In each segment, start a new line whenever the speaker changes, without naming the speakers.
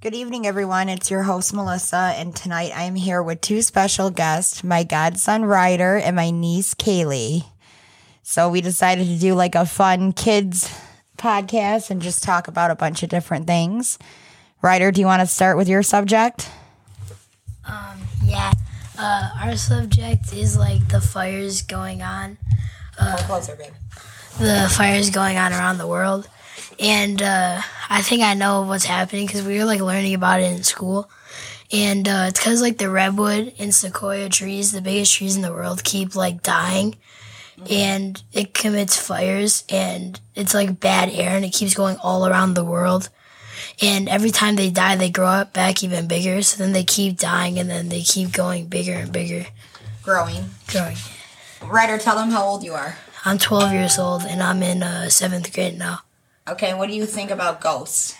Good evening, everyone. It's your host, Melissa, and tonight I'm here with two special guests my godson, Ryder, and my niece, Kaylee. So, we decided to do like a fun kids podcast and just talk about a bunch of different things. Ryder, do you want to start with your subject?
Um, Yeah. Uh, our subject is like the fires going on,
Closer, babe.
the fires going on around the world. And uh, I think I know what's happening because we were like learning about it in school. And uh, it's because like the redwood and sequoia trees, the biggest trees in the world, keep like dying. And it commits fires and it's like bad air and it keeps going all around the world. And every time they die, they grow up back even bigger. So then they keep dying and then they keep going bigger and bigger.
Growing.
Growing.
Ryder, tell them how old you are.
I'm 12 years old and I'm in uh, seventh grade now.
Okay, what do you think about ghosts?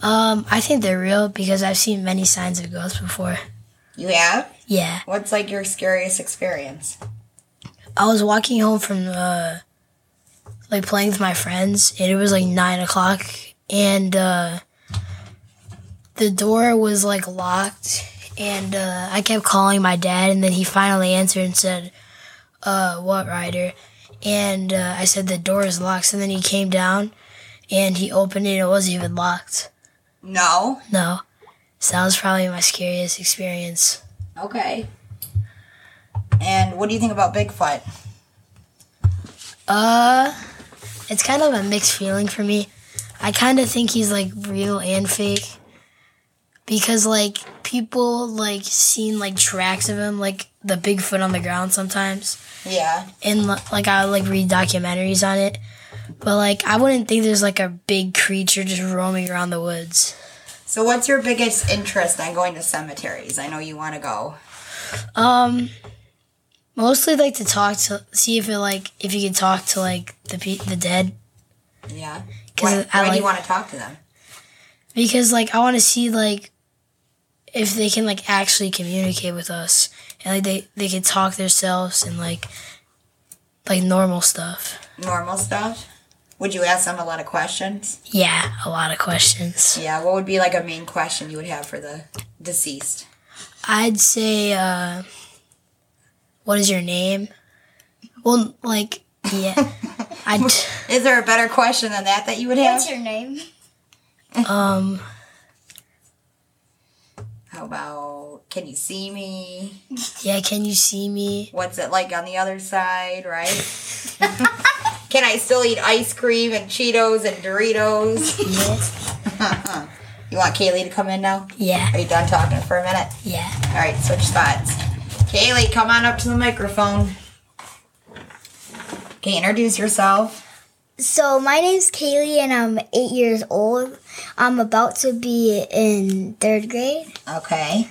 Um, I think they're real because I've seen many signs of ghosts before.
You have?
Yeah,
What's like your scariest experience?
I was walking home from uh, like playing with my friends, and it was like nine o'clock, and uh, the door was like locked, and uh, I kept calling my dad, and then he finally answered and said, "Uh, what, Ryder?" And uh, I said, "The door is locked." So then he came down, and he opened it. It wasn't even locked.
No.
No, so that was probably my scariest experience.
Okay. And what do you think about Bigfoot?
Uh, it's kind of a mixed feeling for me. I kind of think he's like real and fake because like people like seen like tracks of him, like the Bigfoot on the ground sometimes,
Yeah.
and li- like I like read documentaries on it. But like I wouldn't think there's like a big creature just roaming around the woods.
So, what's your biggest interest on going to cemeteries? I know you want to go.
Um, mostly like to talk to see if it like if you can talk to like the pe- the dead
Yeah. Why,
'Cause I
why do you
like-
want to talk to them?
because like I want to see like if they can like actually communicate with us and like they they can talk themselves and like like normal stuff.
Normal stuff? Would you ask them a lot of questions?
Yeah, a lot of questions.
Yeah. What would be like a main question you would have for the deceased?
I'd say uh what is your name? Well, like yeah. I'd
Is there a better question than that that you would have?
your name?
um
How about, can you see me?
yeah, can you see me?
What's it like on the other side, right? Can I still eat ice cream and Cheetos and Doritos?
Yes.
You want Kaylee to come in now? Are
Yeah.
you done talking for a minute?
Yeah.
All right, switch spots. Kaylee, come on up to the microphone. Okay, introduce yourself.
So my name's Kaylee, and I'm eight years old. I'm about to be in third grade.
Okay.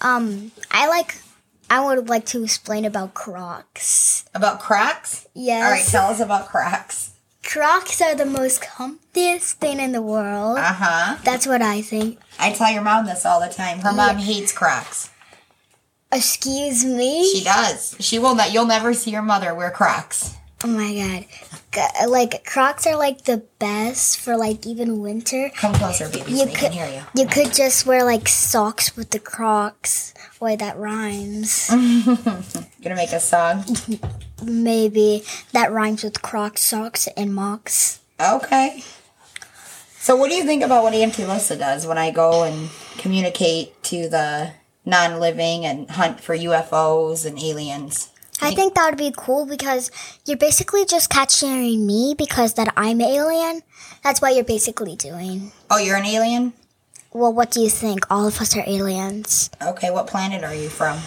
Um, I like. I would like to explain about Crocs.
About Crocs? All right,
Yes,
tell us about Crocs.
Crocs are the most comfiest thing in the world.
Uh huh.
That's what I think.
I tell your mom this all the time. Her mom hates Crocs.
Excuse me.
She does. She will not. You'll never see your mother wear Crocs.
oh my god. G- Like Crocs are like the best for like even winter.
Come closer, baby, so
You
they can
could-
hear you.
You could just wear like socks with the Crocs. Boy, that rhymes.
Gonna make a song.
Maybe that rhymes with croc socks and mocks.
Okay. So, what do you think about what E Auntie Lissa does when I go and communicate to the non living and hunt for UFOs and aliens?
I think that would be cool because you're basically just catching me because that I'm an alien. That's what you're basically doing.
Oh, you're an alien?
Well, what do you think? All of us are aliens.
Okay, what planet are you from?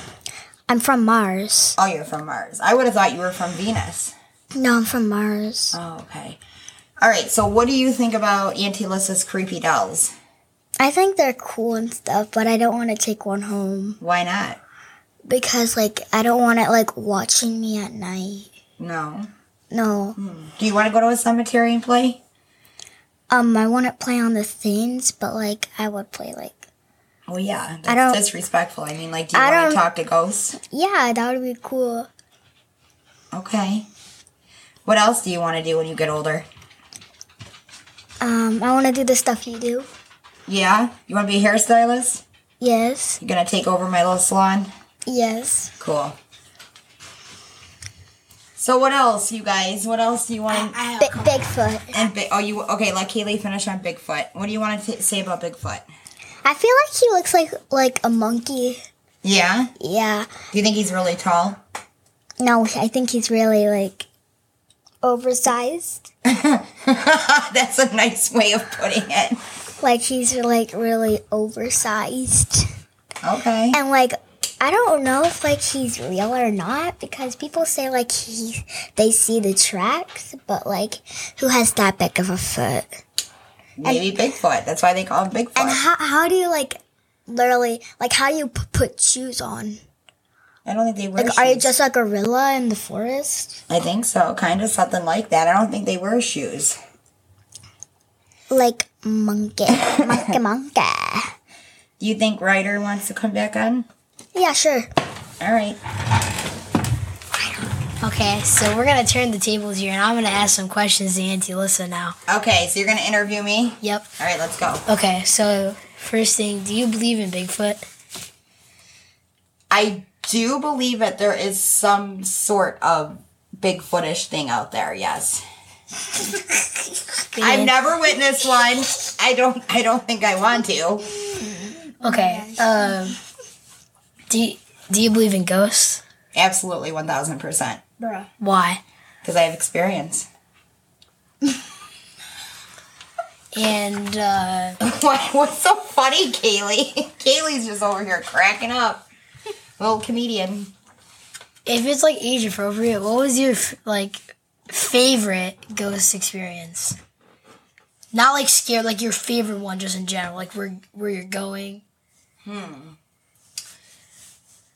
I'm from Mars.
Oh, you're from Mars. I would have thought you were from Venus.
No, I'm from Mars.
Oh, okay. All right, so what do you think about E Auntie Lissa's creepy dolls?
I think they're cool and stuff, but I don't want to take one home
Why not?
because like I don't want it like watching me at night.
No.
No.
Do you want to go to a cemetery and play?
Um I wouldn't play on the things, but like I would play like
Oh, yeah. That's
I don't-
disrespectful. I mean, like, do you
I
want to
don't-
talk to ghosts?
Yeah, that would be cool.
Okay. What else do you want to do when you get older?
Um, I want to do the stuff you do.
Yeah? You want to be a hairstylist?
Yes.
You going to take over my little salon?
Yes.
Cool. So what else, you guys? What else do you want? to...
Big Bigfoot.
And Bi- oh, you okay? Let Kaylee finish on Bigfoot. What do you want to say about Bigfoot?
I feel like he looks like like a monkey.
Yeah.
Yeah.
Do you think he's really tall?
No, I think he's really like oversized.
That's a nice way of putting it.
Like he's like really oversized.
Okay.
And like I don't know if like he's real or not because people say like he they see the tracks, but like who has that big of a foot?
Maybe Bigfoot. That's why they call him Bigfoot.
And how how do you like literally like how do you p- put shoes on?
I don't think they wear
Like
shoes.
are you just a gorilla in the forest?
I think so. Kind of something like that. I don't think they wear shoes.
Like monkey, monkey, monkey.
Do you think Ryder wants to come back on?
Yeah, sure.
All right.
Okay, so we're gonna turn the tables here, and I'm gonna ask some questions to Auntie Lissa now.
Okay. So you're gonna interview me.
Yep.
All right. Let's go.
Okay, so first thing, do you believe in Bigfoot?
I do believe that there is some sort of Bigfootish thing out there. Yes. I've never witnessed one. I don't. I don't think I want to.
Okay. Um. Do you, Do you believe in ghosts?
Absolutely, one thousand percent.
Bruh.
Why?
Because I have experience.
And uh,
What, what's so funny, Kaylee? Kaylee's just over here cracking up. Little comedian.
if it's like age appropriate, what was your f- like favorite ghost experience? Not like scared, like your favorite one, just in general, like where where you're going.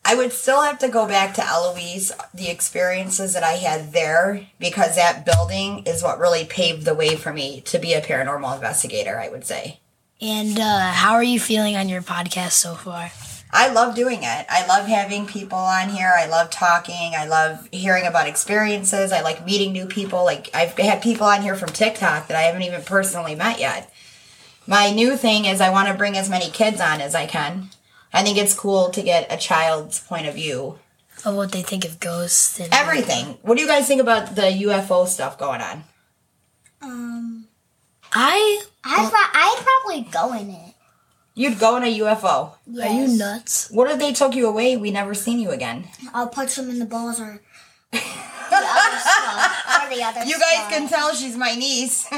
I would still have to go back to Eloise, the experiences that I had there, because that building is what really paved the way for me to be a paranormal investigator, I would say.
And uh, how are you feeling on your podcast so far?
I love doing it. I love having people on here. I love talking. I love hearing about experiences. I like meeting new people. Like I've had people on here from TikTok that I haven't even personally met yet. My new thing is I want to bring as many kids on as I can. I think it's cool to get a child's point of view.
Of what they think of ghosts and
Everything. What do you guys think about the UFO stuff going on?
Um, I
I'd, pro- I'd probably go in it.
You'd go in a UFO.
Yes.
are you nuts?
What if they took you away? We never seen you again.
I'll punch them in the balls or the other stuff. Or the other
You guys
stuff.
can tell she's my niece.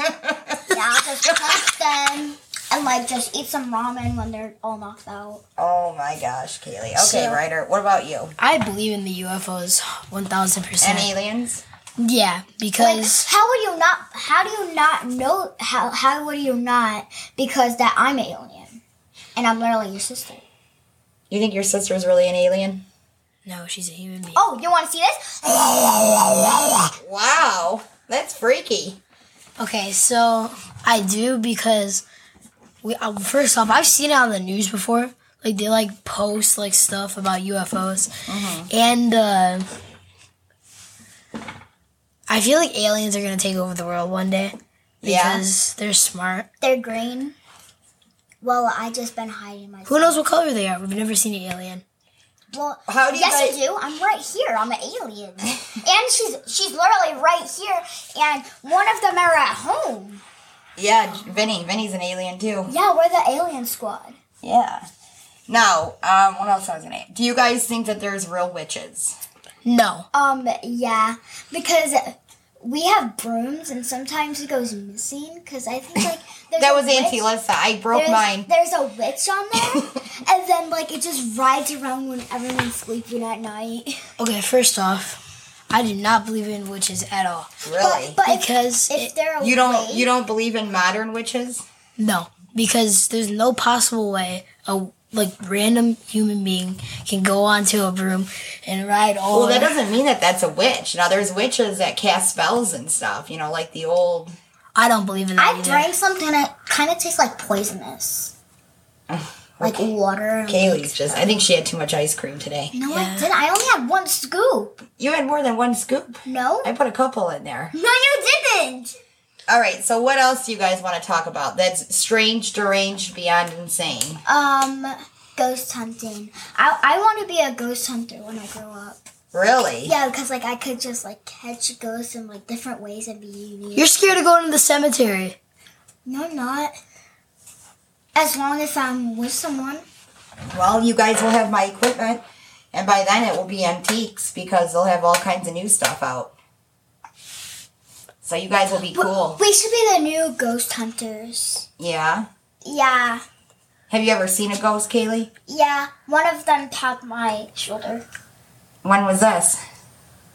Yeah, I'll just punch them and like just eat some ramen when they're all knocked out.
oh my gosh, Kaylee. Okay,
So-
Ryder, what about you?
I believe in the UFOs, one thousand
and
percent.
aliens.
Yeah,
Like,
because
how would you not? How do you not know? How how would you not? Because that I'm an alien, and I'm literally your sister.
You think your sister is really an alien?
no, she's a human being.
Oh, you want to see this?
Wow, that's freaky.
Okay, so I do because we uh, first off, I've seen it on the news before. Like they like post like stuff about UFOs, and uh, I feel like aliens are gonna take over the world one day
Yeah.
because they're smart.
They're green. Well, I just been hiding myself.
Who knows what color they are? We've never seen an alien.
Well,
How do you
yes,
guys-
I do. I'm right here. I'm an alien, and she's she's literally right here. And one of them are at home.
Yeah, Vinny. Vinny's an alien too.
Yeah, we're the alien squad.
Yeah. Now, um, what else I was gonna? Do you guys think that there's real witches?
No,
Um, yeah, because we have brooms, and sometimes it goes missing. Because I think like there's
That
a
was
witch-
Auntie Lissa. I broke
There's,
mine.
there's a witch on there, and then like it just rides around when everyone's sleeping at night.
okay. First off, I do not believe in witches at all
Really?
But, but if-
because
if,
it-
they're
you don't.
awake-
You don't believe in modern witches?
No, because there's no possible way a like random human being can go onto a broom and ride all.
Well, that doesn't mean that that's a witch. Now, there's witches that cast spells and stuff. You know, like the old.
I don't believe in that
I
either.
drank something that kind of tastes like poisonous, like water. and-
Kaylee's just. I think she had too much ice cream today.
No, I
Yeah.
didn't. I only had one scoop.
You had more than one scoop.
No,
I put a couple in there.
no, you didn't.
All right, so what else do you guys want to talk about? That's strange, deranged, beyond insane.
Um, ghost hunting. I I want to be a ghost hunter when I grow up.
Really?
Yeah, because like I could just like catch ghosts in like different ways and be unique.
You're scared of going to the cemetery.
no, I'm not. As long as I'm with someone.
Well, you guys will have my equipment, and by then it will be antiques because they'll have all kinds of new stuff out. So you guys will be cool.
We should be the new ghost hunters.
Yeah.
Yeah,
Have you ever seen a ghost, Kaylee?
yeah. One of them tapped my shoulder.
When was this?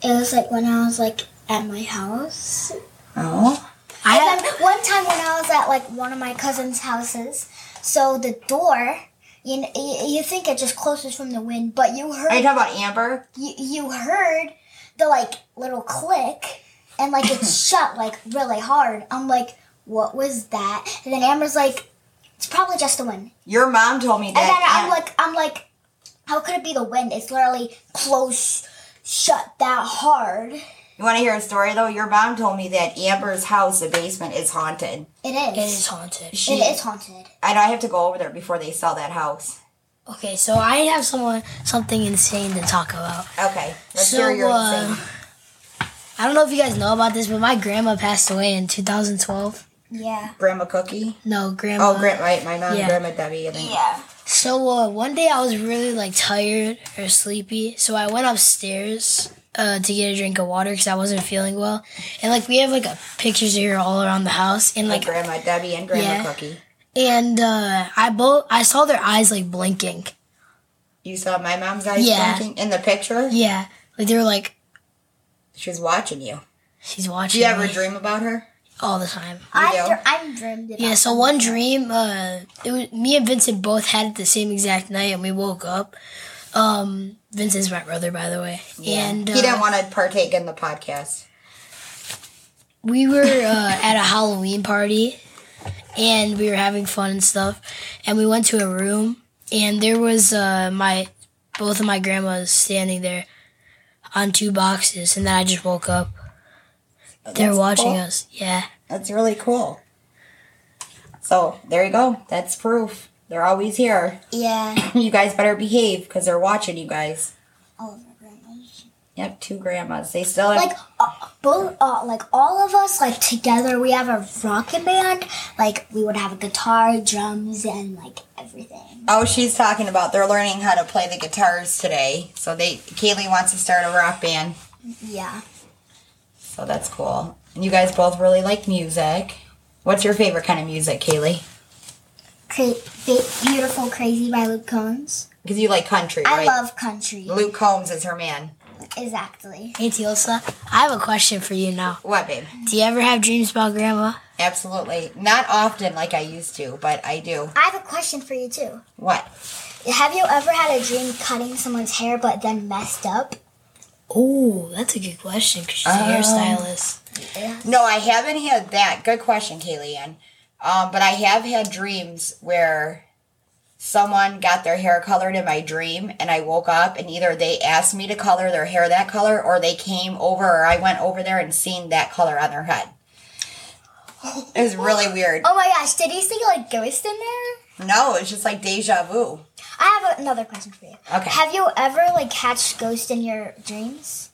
It was like when I was like at my house.
Oh.
I
And
have,
then one time when I was at like one of my cousin's houses, so the door, you kn- you, you think it just closes from the wind, but you
Are you
heard
talking about Amber?
you, you heard the like little click, and like it shut like really hard. I'm like, what was that? And then Amber's like, it's probably just the wind.
Your mom told me that.
And then I'm
Am-
like, I'm like, how could it be the wind? It's literally close, shut that hard.
you want to hear a story though? Your mom told me that Amber's house, the basement, is haunted.
It is.
it is haunted.
It is haunted.
And I have to go over there before they sell that house.
Okay, so I have someone something insane to talk about.
Okay. Let's
So,
hear your
uh,
insane.
I don't know if you guys know about this, but my grandma passed away in 2012.
Yeah.
Grandma Cookie.
No, grandma.
Oh, Grant, right. My mom,
yeah.
Grandma Debbie. And then
Yeah.
So uh, one day I was really like tired or sleepy, so I went upstairs uh, to get a drink of water because I wasn't feeling well. And like we have like a pictures here all around the house, and like
Grandma Debbie and Grandma
Yeah.
Cookie.
and uh, I both I saw their eyes like blinking.
You saw my mom's eyes
Yeah.
blinking in the picture?
Yeah, like they were like
She was watching you.
she's
Do
watching.
you ever
me
dream about her?
all the time?
I
do?
dr- I'm dreamed about.
Yeah, so one dream, uh, it was me and Vincent both had it the same exact night, and we woke up. Um, Vincent's my brother, by the way, and uh,
he didn't want to partake in the podcast.
we were uh, at a Halloween party, and we were having fun and stuff, and we went to a room, and there was uh, my both of my grandmas standing there on two boxes, and then I just woke up. They're
That's
watching
cool.
us. Yeah,
That's really cool. So there you go. That's proof. They're always here.
Yeah.
You guys better behave because they're watching you guys.
All of our grandmas.
Yep, two grandmas. They still have,
Like uh, both, uh, like all of us, like together, we have a rocket band. Like we would have a guitar, drums, and like everything.
Oh, she's talking about they're learning how to play the guitars today. So they Kaylee wants to start a rock band.
Yeah.
So that's cool. And you guys both really like music. What's your favorite kind of music, Kaylee?
Cra- Ba- Beautiful Crazy by Luke Combs.
Because you like country,
I
right?
love country.
Luke Combs is her man.
Exactly.
hey Tilsa, I have a question for you now.
What, babe?
Do you ever have dreams about grandma?
Absolutely. Not often like I used to, but I do.
I have a question for you too.
What?
Have you ever had a dream cutting someone's hair but then messed up?
Oh, that's a good question because she's a
Um,
hairstylist.
No, I haven't had that. Good question, Kaylee Ann. Um, but I have had dreams where someone got their hair colored in my dream and I woke up and either they asked me to color their hair that color or they came over or I went over there and seen that color on their head. It was really weird.
Oh my gosh, did you see like ghosts in there?
No, it's just like deja vu.
I have another question for you.
Okay.
Have you ever like catched ghosts in your dreams?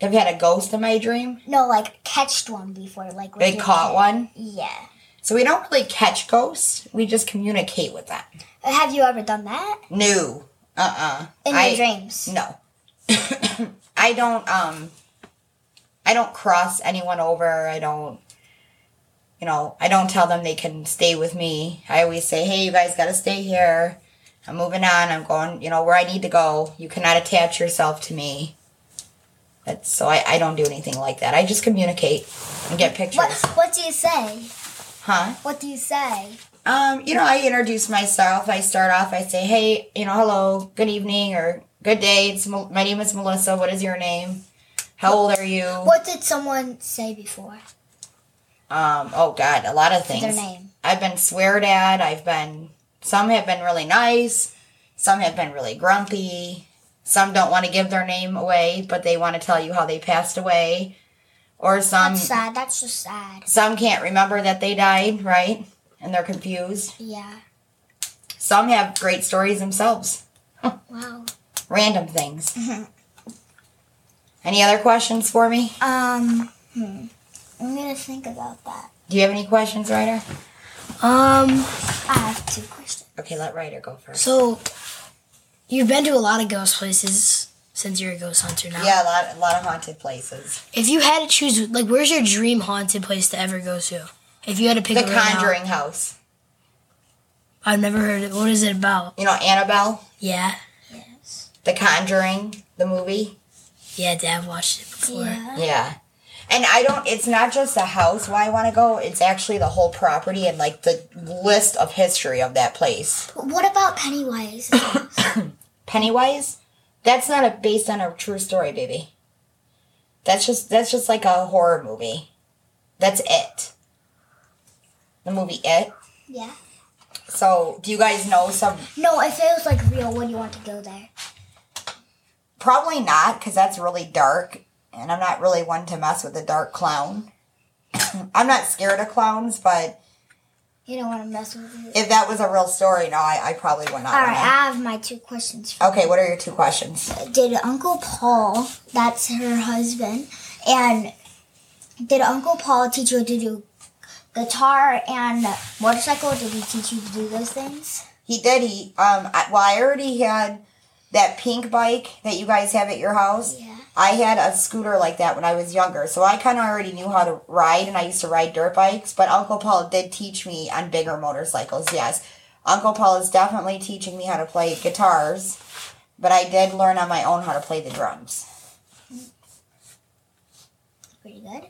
Have you had a ghost in my dream?
No, like catched one before, like when
They
you were a
caught
kid.
one.
Yeah.
So we don't really catch ghosts. We just communicate with them.
Have you ever done that
No. Uh-uh.
in
I-
your dreams?
No. I don't um I don't cross anyone over. I don't you know, I don't tell them they can stay with me. I always say, "Hey, you guys got to stay here. I'm moving on. I'm going, you know, where I need to go. You cannot attach yourself to me." That's so I, I don't do anything like that. I just communicate and get pictures.
What What do you say?
Huh?
What do you say?
Um, you know, I introduce myself. I start off, I say, hey, you know, hello, good evening, or good day. It's Mel- my name is Melissa. What is your name? How old are you?
What did someone say before?
Um, oh, God, a lot of things.
Their name.
I've been sweared at. I've been, some have been really nice. Some have been really grumpy. Some don't want to give their name away, but they want to tell you how they passed away. Or some
That's sad. That's just sad.
some can't remember that they died, right? And they're confused.
Yeah.
Some have great stories themselves.
Wow.
Random things.
Mm-hmm.
Any other questions for me?
Um. Hmm. I'm gonna think about that.
Do you have any questions, Ryder?
Um,
I have two questions.
Okay, let Ryder go first.
so you've been to a lot of ghost places since you're a ghost hunter now.
Yeah, a lot, a lot of haunted places.
If you had to choose, like, where's your dream haunted place to ever go to? If you had to pick
The
it right now.
Conjuring House.
I've never heard it. What is it about?
You know, Annabelle,
Yeah.
Yes.
The Conjuring, the movie.
Yeah, Dad watched it before.
Yeah.
Yeah. And I don't, it's not just the house where I want to go, it's actually the whole property and like the list of history of that place.
But what about Pennywise?
Pennywise, that's not a, based on a true story, baby. That's just, that's just like a horror movie. That's it. The movie It.
yeah.
So, do you guys know some?
No, if it was like real, would you want to go there?
Probably not, because that's really dark, and I'm not really one to mess with a dark clown. I'm not scared of clowns, but
You don't want to mess with it.
if that was a real story, no, I, I probably would not.
All right.
wanna.
I have my two questions. For
Okay, what are your two questions?
did Uncle Paul, that's her husband, and did Uncle Paul teach you to do guitar and motorcycle? Did he teach you to do those things?
He did. He um. I, well, I already had that pink bike that you guys have at your house.
Yeah.
I had a scooter like that when I was younger, so I kind of already knew how to ride, and I used to ride dirt bikes. But Uncle Paul did teach me on bigger motorcycles. Yes, Uncle Paul is definitely teaching me how to play guitars, but I did learn on my own how to play the drums.
Pretty good.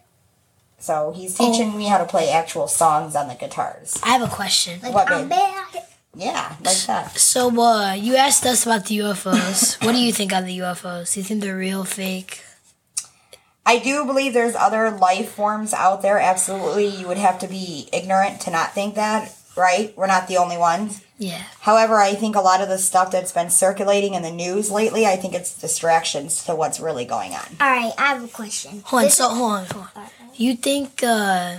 So he's teaching me how to play actual songs on the guitars.
I have a question.
Like
What,
I'm
babe?
bad.
Yeah, like that.
So, uh, you asked us about the UFOs. what do you think on the UFOs? Do you think they're real, fake?
I do believe there's other life forms out there. Absolutely, you would have to be ignorant to not think that, right? We're not the only ones.
Yeah.
However, I think a lot of the stuff that's been circulating in the news lately, I think it's distractions to what's really going on.
All right, I have a question.
Hold on, so, hold on, hold on. You think, uh,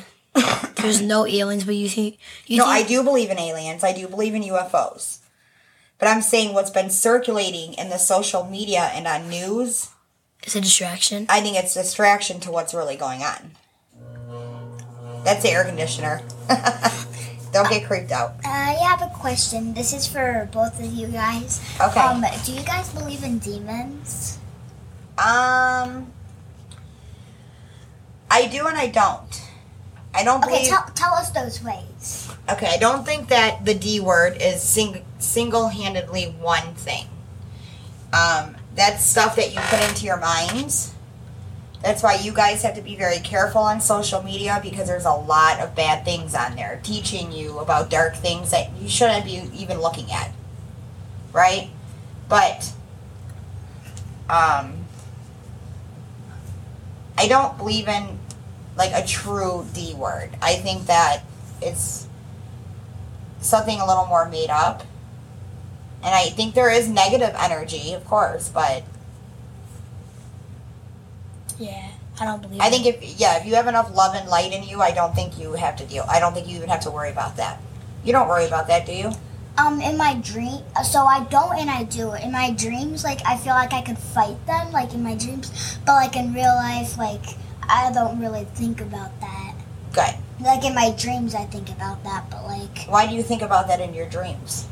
there's no aliens, but you think, you
No, I
think,
do believe in aliens. I do believe in UFOs. But I'm saying what's been circulating in the social media and on news,
it's a distraction?
I think it's distraction to what's really going on. That's the air conditioner. Don't get creeped out.
I have a question. This is for both of you guys.
Okay.
Um, do you guys believe in demons?
Um, I do and I don't. I don't believe.
Okay, tell, tell us those ways.
okay, I don't think that the D word is sing- single-handedly one thing. Um, that's stuff that you put into your minds. That's why you guys have to be very careful on social media because there's a lot of bad things on there teaching you about dark things that you shouldn't be even looking at. Right? But um I don't believe in like a true D word. I think that it's something a little more made up. And I think there is negative energy, of course, but
Yeah. I don't believe
I think if yeah, if you have enough love and light in you, I don't think you have to deal. I don't think you even have to worry about that. You don't worry about that, do you?
Um, in my dream, so I don't and I do. In my dreams, like I feel like I could fight them, like in my dreams, but like in real life, like I don't really think about that.
Good.
Like in my dreams, I think about that, but like
Why do you think about that in your dreams?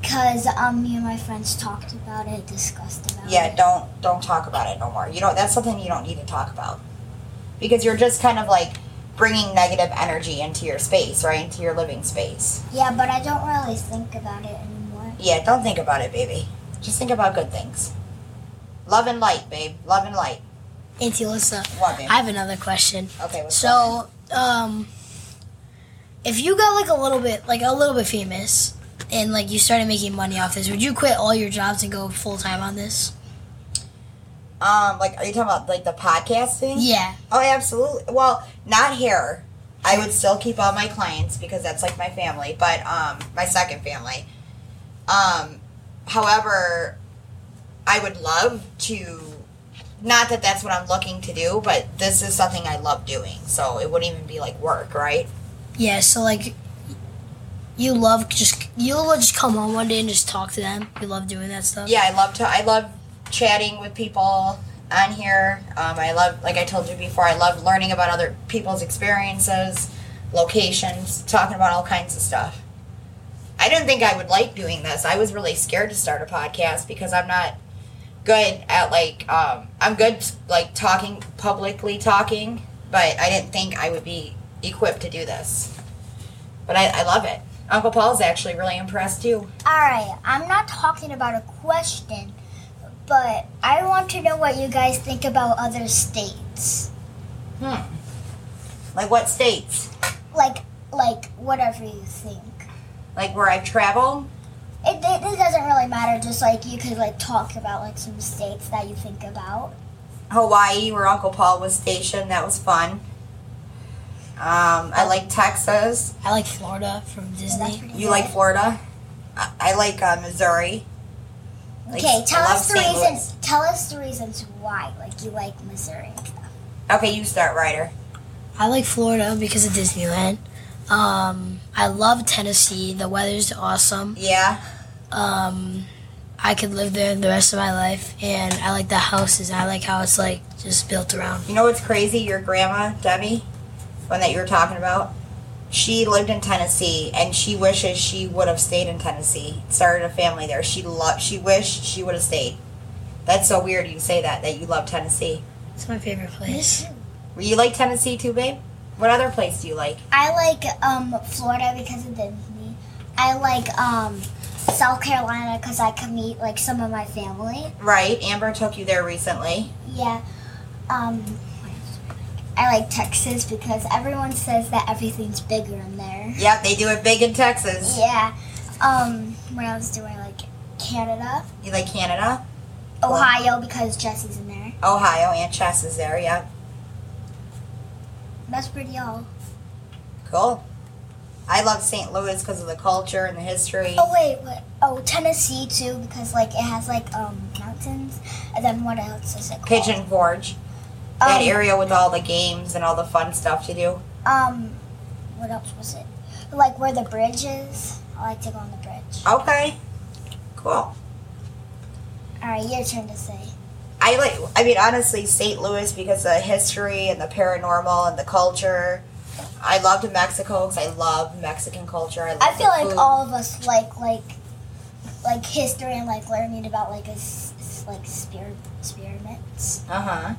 because um, me and my friends talked about it, discussed about
Yeah,
it.
don't don't talk about it no more. You don't. That's something you don't need to talk about because you're just kind of like bringing negative energy into your space, right? Into your living space.
Yeah, but I don't really think about it anymore.
Yeah, don't think about it, baby. Just think about good things. Love and light, babe. Love and light.
Auntie Alyssa,
What, babe?
I have another question.
Okay. What's going on?
So, um, if you got like a little bit, like a little bit famous, and like you started making money off this, would you quit all your jobs and go full time on this?
um, like, are you talking about like the podcast thing?
Yeah.
Oh, absolutely. Well, not here. I would still keep all my clients because that's like my family, but um, my second family. Um, however, I would love to Not that that's what I'm looking to do, but this is something I love doing. So it wouldn't even be like work, right?
Yeah, so like you love just you'll just come home one day and just talk to them. You love doing that stuff.
Yeah, I love to. I love chatting with people on here. Um, I love, like I told you before, I love learning about other people's experiences, locations, talking about all kinds of stuff. I didn't think I would like doing this. I was really scared to start a podcast because I'm not good at like um, I'm good like talking publicly talking, but I didn't think I would be equipped to do this. But I, I love it. Uncle Paul's actually really impressed too.
All right, I'm not talking about a question, but I want to know what you guys think about other states.
Hmm. Like what states?
Like, like whatever you think.
Like where I've traveled?
It, it, it doesn't really matter. Just like you could like talk about like some states that you think about.
Hawaii, where Uncle Paul was stationed. That was fun. Um, I like Texas.
I like Florida from
That's
Disney.
pretty
Mm-hmm. You
good.
like Florida? I, I like uh, Missouri. Like,
Okay, tell
I love
us the
St. Louis.
reasons. Tell us the reasons why, like you like Missouri. and stuff.
Okay, you start, Ryder.
I like Florida because of Disneyland. Um, I love Tennessee. The weather's awesome.
Yeah.
Um, I could live there the rest of my life, and I like the houses. I like how it's like just built around.
You know what's crazy? Your grandma, Debbie, one that you were talking about, she lived in Tennessee and she wishes she would have stayed in Tennessee, started a family there. She loved, she wished she would have stayed. That's so weird you say that, that you love Tennessee.
It's my favorite place.
You like Tennessee too, babe? What other place do you like?
I like um, Florida because of Disney. I like um, South Carolina because I can meet like some of my family.
Right, Amber took you there recently.
Yeah. Um, I like Texas because everyone says that everything's bigger in there.
Yep, they do it big in Texas.
Yeah. Um, what else do I like? Canada,
You like Canada?
Ohio because Jesse's in there.
Ohio, Aunt Chess is there, yep.
That's pretty all.
Cool. I love St. Louis because of the culture and the history.
Oh wait, what? Oh, Tennessee too because like it has like um mountains. And then what else is it called?
Pigeon Forge. that area with all the games and all the fun stuff to do.
Um, what else was it? Like where the bridge is. I like to go on the bridge.
Okay. Cool.
All right, your turn to say.
I like I mean honestly St. Louis because of the history and the paranormal and the culture. I loved Mexico because I love Mexican culture. I, love
I feel
the
like
food.
all of us like like like history and like learning about like a s- s- like spear experiments.
Uh-huh.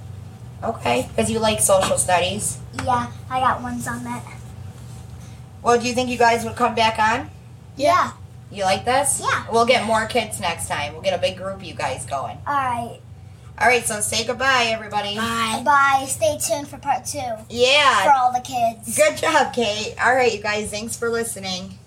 Okay. Because you like social studies.
Yeah, I got ones on that.
Well, do you think you guys would come back on?
Yeah.
You like this?
Yeah.
We'll get more kids next time. We'll get a big group of you guys going.
All right.
All right, so say goodbye, everybody.
Bye.
Bye. Stay tuned for part two
Yeah.
for all the kids.
Good job, Kate. All right, you guys, thanks for listening.